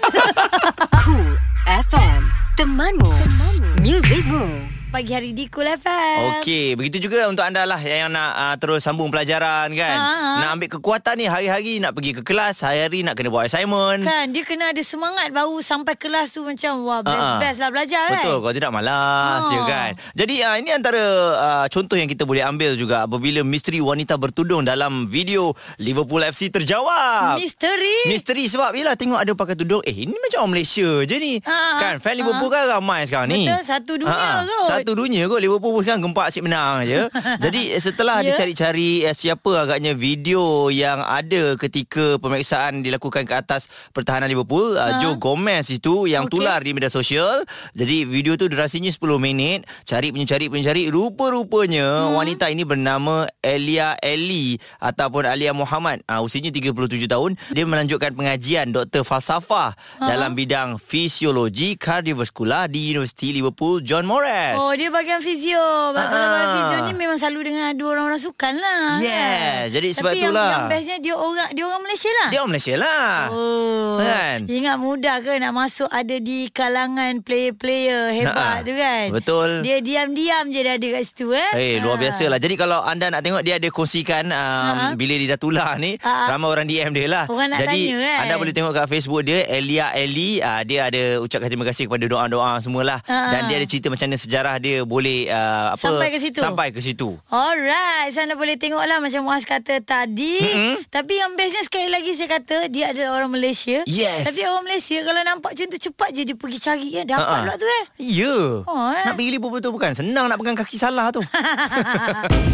C: Cool FM. Temanmu. Temanmu. Muzikmu.
A: Pagi hari di Cool FM
B: Okey, begitu juga untuk anda lah yang yang nak uh, terus sambung pelajaran kan.
A: Ha, ha.
B: Nak ambil kekuatan ni hari-hari nak pergi ke kelas, hari-hari nak kena buat assignment.
A: Kan dia kena ada semangat Baru sampai kelas tu macam Wah
B: Ah, ah.
A: best-best lah belajar kan
B: Betul, kalau tidak malas
A: Ha.
B: je kan. Jadi uh, ini antara uh, contoh yang kita boleh ambil juga apabila misteri wanita bertudung dalam video Liverpool FC terjawab.
A: Misteri?
B: Misteri sebab yelah tengok ada pakai tudung, eh ini macam orang Malaysia je ni.
A: Ha, ha.
B: Kan fan Liverpool
A: Ha.
B: kan ramai sekarang ni.
A: Betul, satu dunia
B: Ha, ha.
A: kot.
B: Satu satu dunia kot Liverpool pun sekarang gempak asyik menang je Jadi eh, setelah yeah.
A: Ya.
B: dicari-cari eh, Siapa agaknya video yang ada Ketika pemeriksaan dilakukan ke atas Pertahanan Liverpool ha.
A: Ha.
B: Joe Gomez itu yang
A: Okey.
B: tular di media sosial Jadi video tu durasinya 10 minit Cari punya cari punya cari Rupa-rupanya hmm. wanita ini bernama Elia Eli Ataupun Alia Muhammad ha, Usianya 37 tahun Dia melanjutkan pengajian Doktor Falsafah ha. Dalam bidang fisiologi kardiovaskular Di Universiti Liverpool John Morris
A: Oh dia bagian fizio Sebab kalau
B: Ah.
A: bagian fizio ni Memang selalu dengan Dua orang-orang sukan lah
B: Yeah,
A: kan?
B: jadi sebab
A: Tapi yang,
B: itulah.
A: yang bestnya Dia orang dia orang Malaysia lah
B: Dia orang Malaysia lah
A: Oh,
B: Kan?
A: Ingat mudah ke nak masuk ada di kalangan player-player hebat
B: Ha-ha.
A: tu kan?
B: Betul.
A: Dia diam-diam je dah ada kat situ eh.
B: Eh hey, luar biasa lah Jadi kalau anda nak tengok Dia ada kongsikan um,
A: Ha-ha.
B: Bila dia dah tular ni
A: Ha-ha.
B: Ramai orang DM dia lah
A: Orang nak
B: Jadi
A: tanya, kan?
B: anda boleh tengok kat Facebook dia Elia Eli uh, Dia ada ucapkan terima kasih Kepada doa-doa semualah
A: Ha-ha.
B: Dan dia ada cerita macam mana Sejarah dia boleh uh, apa,
A: Sampai ke situ.
B: Sampai ke situ
A: Alright, sana boleh tengok lah macam Muaz kata tadi. Mm-hmm. Tapi yang bestnya sekali lagi saya kata dia adalah orang Malaysia.
B: Yes.
A: Tapi orang Malaysia kalau nampak macam tu cepat je dia pergi cari ya. Dapat
B: Ha-ha.
A: pula tu eh.
B: Ya yeah.
A: Oh, eh.
B: Nak pergi Liverpool tu bukan Senang nak pegang kaki salah tu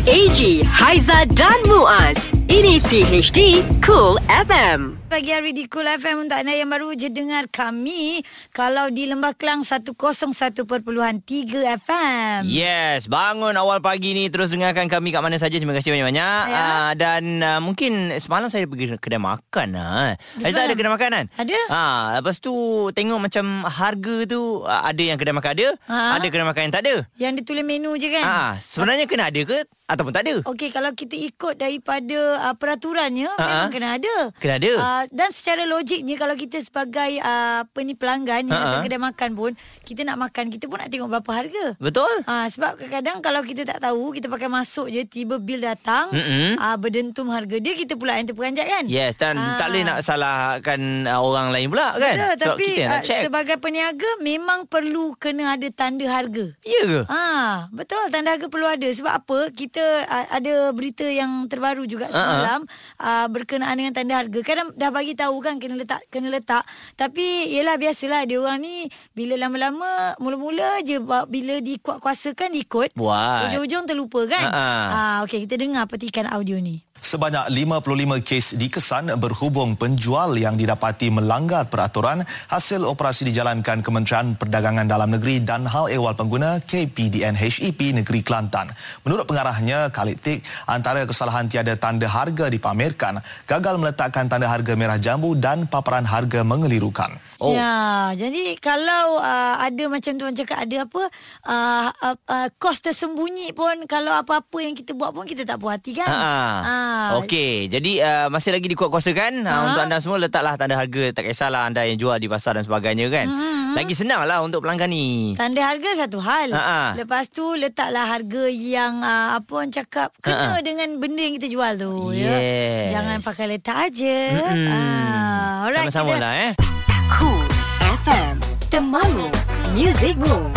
C: AG, Haiza dan Muaz. Ini PHD Cool FM.
A: Pagi hari di Cool FM untuk anda yang baru je dengar kami Kalau di Lembah Kelang 101.3 FM
B: Yes, bangun awal pagi ni terus dengarkan kami kat mana saja. Terima kasih banyak-banyak.
A: Ya.
B: Uh, dan uh, mungkin semalam saya pergi kedai makan lah. Aiza ada kedai makanan?
A: Ada.
B: Ha, lepas tu tengok macam harga tu uh, ada yang kedai makan ada,
A: Ha.
B: ada kedai makan yang tak ada.
A: Yang dia tulis menu je kan
B: Ha, sebenarnya kena ada ke ataupun tak ada?
A: Okey, kalau kita ikut daripada uh, peraturannya
B: Ha-ha.
A: memang kena ada.
B: Ah, Kena ada.
A: Uh, dan secara logiknya kalau kita sebagai uh, apa ni pelanggan yang
B: Ha-ha.
A: datang kedai makan pun kita nak makan kita pun nak tengok berapa harga.
B: Betul?
A: Ah sebab kadang-kadang kalau kita tak tahu kita pakai masuk je tiba bil datang
B: Mm-mm.
A: ah berdentum harga dia kita pula yang terperanjat kan.
B: Yes, dan
A: Ah.
B: tak boleh nak salahkan uh, orang lain pula kan?
A: Ya,
B: Sebab
A: tapi
B: kita yang nak
A: ah,
B: check.
A: sebagai peniaga memang perlu kena ada tanda harga.
B: Ya ke?
A: Ha, betul tanda harga perlu ada sebab apa? Kita uh, ada berita yang terbaru
B: Ha,
A: juga semalam uh, berkenaan dengan tanda harga. Kadang dah bagi tahu kan kena letak kena letak. Tapi yelah biasalah dia orang ni bila lama-lama mula-mula je ba- bila dikuat-kuasakan ikut.
M: Buat.
A: Ujung-ujung terlupa kan?
M: Ha, ha.
A: Ha, okey kita dengar petikan audio ni.
M: Sebanyak 55 kes dikesan berhubung penjual yang didapati melanggar peraturan hasil operasi dijalankan Kementerian Perdagangan Dalam Negeri dan Hal Ehwal Pengguna KPDN HEP E Negeri Kelantan. Menurut pengarahnya Khalid Tik, antara kesalahan tiada tanda harga dipamerkan, gagal meletakkan tanda harga merah jambu dan paparan harga mengelirukan.
A: Oh. Ya, jadi kalau uh, ada macam tuan cakap ada apa uh, uh, uh, kos tersembunyi pun kalau apa-apa yang kita buat pun kita tak puas hati kan. Ah.
B: Ha. Okey, jadi uh, masih lagi dikuat-kuasakan ha. untuk anda semua letaklah tanda harga tak kisahlah anda yang jual di pasar dan sebagainya kan. Hmm. Lagi senanglah untuk pelanggan ni.
A: Tanda harga satu hal.
B: Ha-ha.
A: Lepas tu letaklah harga yang uh, apa orang cakap kena
B: Ha-ha.
A: dengan benda yang kita jual tu
B: Ha, Yes.
A: ya. Jangan pakai letak aja.
B: Mm-mm.
A: Ah, alright.
B: Sama-sama
A: kita-
B: lah eh.
C: Cool FM. Temanmu. Music Moves.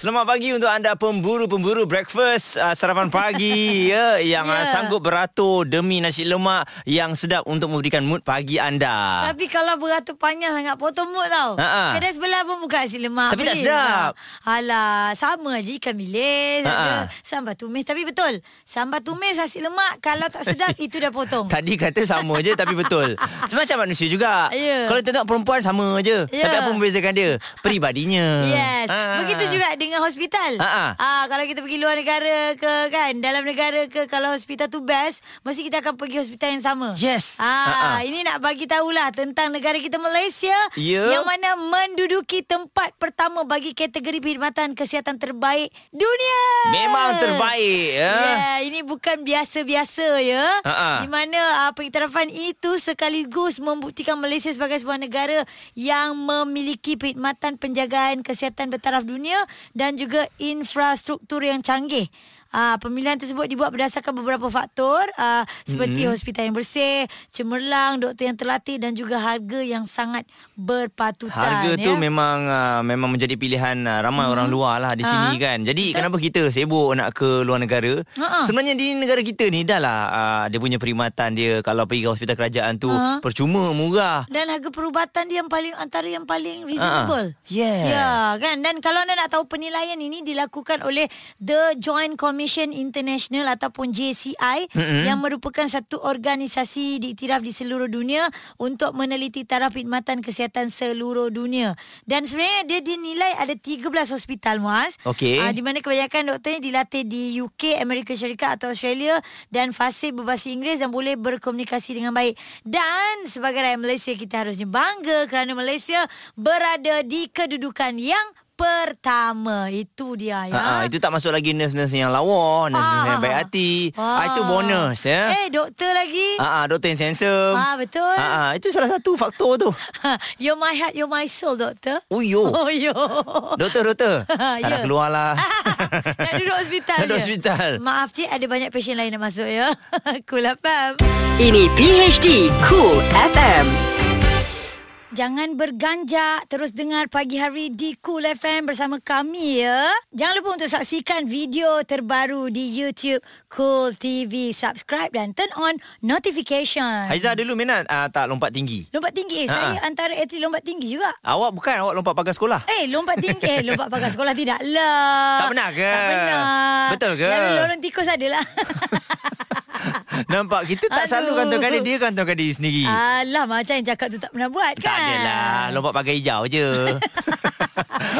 B: Selamat pagi untuk anda pemburu-pemburu breakfast uh, sarapan pagi ya yang yeah. sanggup beratur demi nasi lemak yang sedap untuk memberikan mood pagi anda.
A: Tapi kalau beratur panjang sangat potong mood tau.
B: Ha-ha.
A: Kedai sebelah pun buka nasi lemak.
B: Ah, Tapi tak
A: beli.
B: sedap. Ah,
A: Ha. Alah, sama je ikan bilis,
B: Ha-ha.
A: ada sambal tumis. Tapi betul, sambal tumis nasi lemak kalau tak sedap itu dah potong.
B: Tadi kata sama je tapi betul. Macam manusia juga.
A: Ya.
B: Kalau tengok perempuan sama je.
A: Ya.
B: Tapi apa membezakan dia? Peribadinya.
A: Yes.
B: Ah.
A: Begitu juga dengan hospital.
B: Ha-ha.
A: Ah kalau kita pergi luar negara ke kan, dalam negara ke kalau hospital tu best, mesti kita akan pergi hospital yang sama.
B: Yes. Ha-ha.
A: Ah ini nak bagi tahulah tentang negara kita Malaysia
B: Ya.
A: yang mana menduduki tempat pertama bagi kategori perkhidmatan kesihatan terbaik dunia.
B: Memang terbaik, ya.
A: Yeah, Eh, ini bukan biasa-biasa ya.
B: Ha-ha.
A: Di mana uh, pengiktirafan itu sekaligus membuktikan Malaysia sebagai sebuah negara yang memiliki perkhidmatan penjagaan kesihatan bertaraf dunia dan juga infrastruktur yang canggih. Uh, pemilihan tersebut dibuat berdasarkan beberapa faktor uh, seperti mm-hmm. hospital yang bersih, cemerlang, doktor yang terlatih dan juga harga yang sangat berpatutan.
B: Harga
A: ya.
B: tu memang uh, memang menjadi pilihan uh, ramai hmm. orang luar lah di sini
A: Ha.
B: kan. Jadi Betul. kenapa kita sibuk nak ke luar negara?
A: Ha-ha.
B: Sebenarnya di negara kita ni dah lah uh, dia punya perkhidmatan dia kalau pergi ke hospital kerajaan tu
A: Ha.
B: percuma murah.
A: Dan harga perubatan dia yang paling antara yang paling reasonable.
B: lah. Ah, yeah.
A: Ya, kan? Dan kalau anda nak tahu penilaian ini dilakukan oleh The Joint Commission International ataupun JCI
I: Mm-mm.
A: yang merupakan satu organisasi diiktiraf di seluruh dunia untuk meneliti taraf khidmatan kesihatan seluruh dunia. Dan sebenarnya dia dinilai ada 13 hospital Muaz.
B: Okey.
A: Ah, di mana kebanyakan doktornya dilatih di UK, Amerika Syarikat atau Australia dan fasih berbahasa Inggeris dan boleh berkomunikasi dengan baik. Dan sebagai rakyat Malaysia kita harusnya bangga kerana Malaysia berada di kedudukan yang pertama. Itu dia ya.
B: Ha, ha, itu tak masuk lagi nurse-nurse yang lawa, nurse-nurse yang baik hati. Ah. itu bonus ya.
A: Eh, doktor lagi.
B: Ah, ah, doktor yang handsome.
A: Ah, betul.
B: Ah, ah, itu salah satu faktor tu.
A: you're my heart, you're my soul, doktor.
B: Ha? Oh, yo.
A: Oh, yo.
B: Doktor, doktor.
A: Ha,
B: tak nak
A: ya.
B: keluar lah.
A: Nak duduk hospital
B: Nak duduk
A: je.
B: hospital.
A: Maaf cik, ada banyak pasien lain nak masuk ya. cool FM.
C: Ini PHD Cool FM.
A: Jangan berganjak Terus dengar pagi hari di Cool FM bersama kami ya Jangan lupa untuk saksikan video terbaru di YouTube Cool TV Subscribe dan turn on notification
B: Haizah dulu minat ah, tak lompat tinggi.
A: Lompat
B: Ha,
A: tinggi eh, Saya
B: ha.
A: antara atlet lompat tinggi juga
B: Awak bukan awak lompat pagar sekolah.
A: Eh lompat tinggi Eh lompat pagar sekolah tidaklah
B: Tak pernah ke?
A: Tak pernah
B: Betul ke?
A: Yang lorong tikus adalah
B: Nampak kita tak selalu
A: Aduh.
B: kantongkan dia, dia kantongkan diri sendiri.
A: Alah macam yang cakap tu tak pernah buat kan
B: Tak adalah lompat pagar hijau je.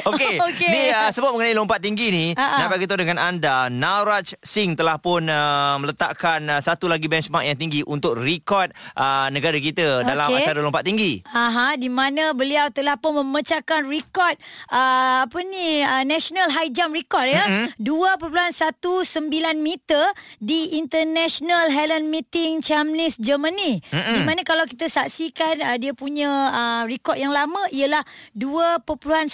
B: Okey.
A: Okey.
B: Okay. Ni uh, sebab mengenai lompat tinggi ni,
A: Ha, ha.
B: nak bagi tahu dengan anda, Nauraj Singh telah pun uh, meletakkan uh, satu lagi benchmark yang tinggi untuk rekod uh, negara kita dalam
A: Okey.
B: acara lompat tinggi.
A: Aha, di mana beliau telah pun memecahkan rekod uh, apa ni uh, national high jump record ya mm-hmm. 2.19 meter di International Helen Meeting Chemnitz Germany. Mm-hmm. Di mana kalau kita saksikan uh, dia punya uh, rekod yang lama ialah 2.15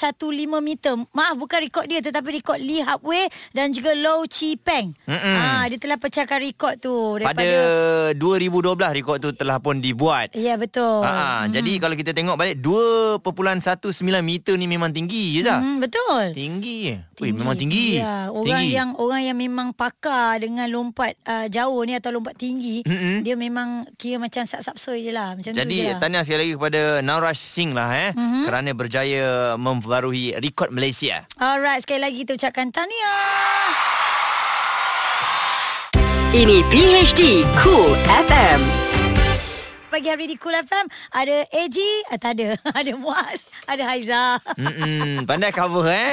A: meter. Maaf bukan rekod dia tetapi rekod Lee Hapway dan juga Low Chi Peng.
B: Mm-mm.
A: Ah, dia telah pecahkan rekod tu daripada
B: Pada 2012 rekod tu telah pun dibuat.
A: Ya betul.
B: Ha, Jadi
A: Hmm.
B: kalau kita tengok balik 2.19 meter ni memang tinggi ya je dah.
A: Hmm, betul.
B: Tinggi eh. Weh, memang tinggi.
A: Ya, orang
B: tinggi.
A: yang orang yang memang pakar dengan lompat uh, jauh ni atau lompat tinggi, mm-hmm. dia memang kira macam sap-sap soi je lah, macam tu
B: Jadi
A: je. Lah.
B: tahniah sekali lagi kepada Nauraj Singh lah eh
A: Mhm.
B: kerana berjaya membarui rekod Malaysia.
A: Alright, sekali lagi kita ucapkan tahniah.
C: Ini PHD Cool FM.
A: Pagi hari di Cool FM ada AG, ah, tak ada. ada Muaz, ada Haiza.
B: Mm-mm, pandai cover eh.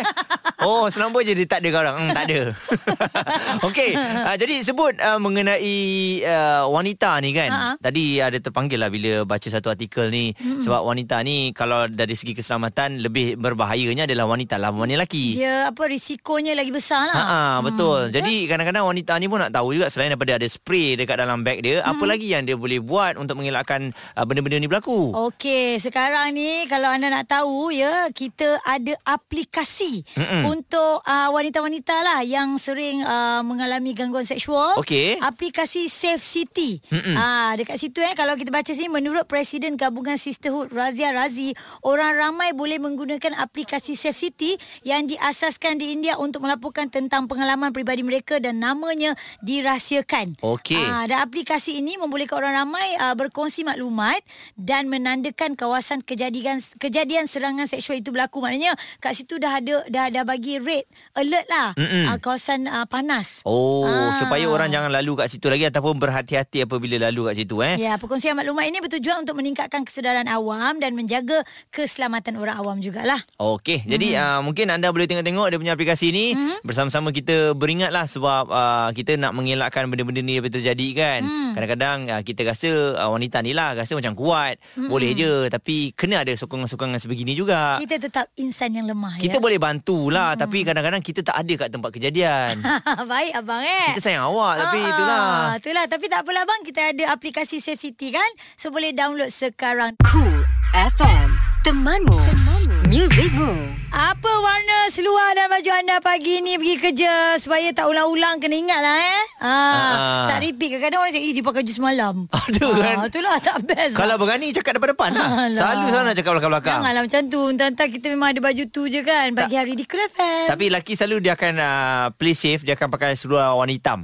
B: Oh, selamba je dia tak ada korang. Hmm, tak ada. Okey, uh, jadi sebut uh, mengenai uh, wanita ni kan.
A: Ha-ha. Hmm.
B: Tadi ada terpanggil lah bila baca satu artikel ni
A: Mm-mm.
B: sebab wanita ni kalau dari segi keselamatan lebih berbahayanya adalah wanita lawan lelaki.
A: Dia apa risikonya lagi besar lah.
B: Ha betul. Jadi kadang-kadang wanita ni pun nak tahu juga selain daripada ada spray dekat dalam beg dia,
A: Hmm.
B: apa lagi yang dia boleh buat untuk mengelakkan uh, benda-benda ni
A: Oh.
B: berlaku?
A: Okey, sekarang ni kalau anda nak tahu ya, kita ada aplikasi
B: Mm-mm.
A: untuk uh, wanita-wanita lah yang sering uh, mengalami gangguan seksual.
B: Okey.
A: Aplikasi Safe City.
B: Mm-mm.
A: Ah, dekat situ eh kalau kita baca sini menurut Presiden Gabungan Sisterhood Razia Razi, orang ramai boleh menggunakan aplikasi Safe City yang diasaskan di India untuk melaporkan tentang pengalaman peribadi mereka dan namanya dirahsiakan.
B: Okey.
A: Ah, dan aplikasi ini membolehkan orang ramai uh, berkongsi maklumat dan menandakan kawasan kejadian kejadian serangan seksual itu berlaku. Maknanya kat situ dah ada dah dah bagi red alert lah
B: Mm-mm.
A: uh, kawasan uh, panas.
B: Oh,
A: Ah.
B: supaya orang jangan lalu kat situ lagi ataupun berhati-hati apabila lalu kat situ eh.
A: Ya, perkongsian maklumat ini bertujuan untuk meningkatkan kesedaran awam dan menjaga keselamatan orang awam jugalah.
B: Okey,
A: Hmm.
B: jadi uh, mungkin anda boleh tengok-tengok dia punya aplikasi ni bersama-sama kita beringatlah sebab uh, kita nak mengelakkan benda-benda ni daripada terjadi kan.
A: Hmm.
B: Kadang-kadang uh, kita rasa uh, wanita ni lah rasa macam kuat,
A: Mm-mm.
B: boleh
A: hmm.
B: je tapi kena ada sokongan-sokongan sebegini juga.
A: Kita tetap insan yang lemah
B: Ah. Kita
A: ya.
B: boleh bantulah hmm. tapi kadang-kadang kita tak ada kat tempat kejadian.
A: Baik abang eh.
B: kita sayang awak tapi
A: Ah,
B: itulah.
A: Itulah tapi tak apalah bang kita ada aplikasi Safe City kan. So boleh download sekarang.
C: Cool FM. Temanmu. Temanmu. Musicmu.
A: Apa warna seluar dan baju anda pagi ni pergi kerja supaya tak ulang-ulang kena ingat lah eh. Ha,
B: Ah.
A: tak repeat kadang-kadang orang cakap, eh dia pakai baju semalam.
B: Ada kan?
A: Itulah tak best.
B: Kalau berani cakap depan-depan lah.
A: Alah.
B: Selalu sana cakap belakang-belakang.
A: Janganlah macam tu. Entah-entah kita memang ada baju tu je kan. Pagi hari di Club FM.
B: Tapi lelaki selalu dia akan uh, play safe, dia akan pakai seluar warna hitam.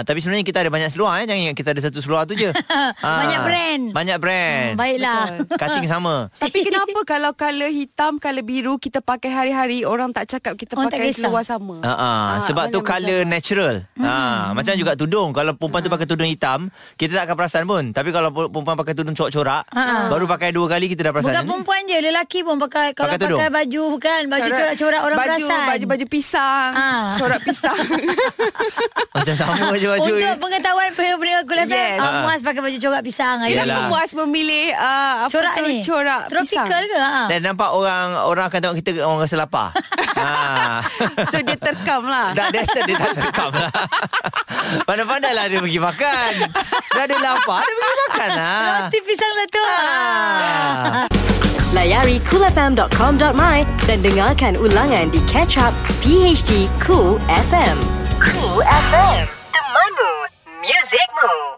B: Ah, tapi sebenarnya kita ada banyak seluar eh. Jangan ingat kita ada satu seluar tu je. Ah,
A: Banyak brand.
B: Banyak brand.
A: Hmm, baiklah.
N: Betul.
B: Cutting sama.
N: Tapi kenapa kalau color hitam, color biru kita pakai hari-hari orang tak cakap kita
A: Orang tak
N: pakai
A: kisah.
N: seluar sama.
B: Ha ah, sebab tu colour natural. Ha
A: Hmm.
B: macam juga tudung. Kalau perempuan
A: Ah.
B: tu pakai tudung hitam, kita tak akan perasan pun. Tapi kalau perempuan pakai tudung corak-corak,
A: Ah.
B: baru pakai dua kali kita dah perasan.
A: Bukan
B: Ini
A: perempuan je Lelaki pun pakai Kalau
B: Pakai tudung?
A: pakai baju Bukan Baju
N: Corak-
A: corak-corak orang
N: baju-
A: perasan Ah.
N: baju-baju pisang Corak pisang
B: Macam sama je baju.
A: Untuk pengetahuan Pria-pria kulit
N: Yes.
A: yes.
B: Ah.
A: Muaz pakai baju corak pisang hari
B: Yelah.
A: ni.
B: Kenapa Muaz
N: memilih uh, apa
A: Corak
N: tu,
A: ni
N: corak
A: Tropical
N: pisang?
A: ke ha?
B: Dan nampak orang orang akan tengok kita orang rasa lapar. ha.
N: So dia terkam lah
B: Tak dia, dia tak rekam lah Pandai-pandailah dia pergi makan Dah ada lapar Dia pergi makan lah
A: Roti pisang letup
B: Ah.
C: Layari coolfm.com.my dan dengarkan ulangan di Catch Up PHD Cool FM. Cool FM, temanmu, muzikmu.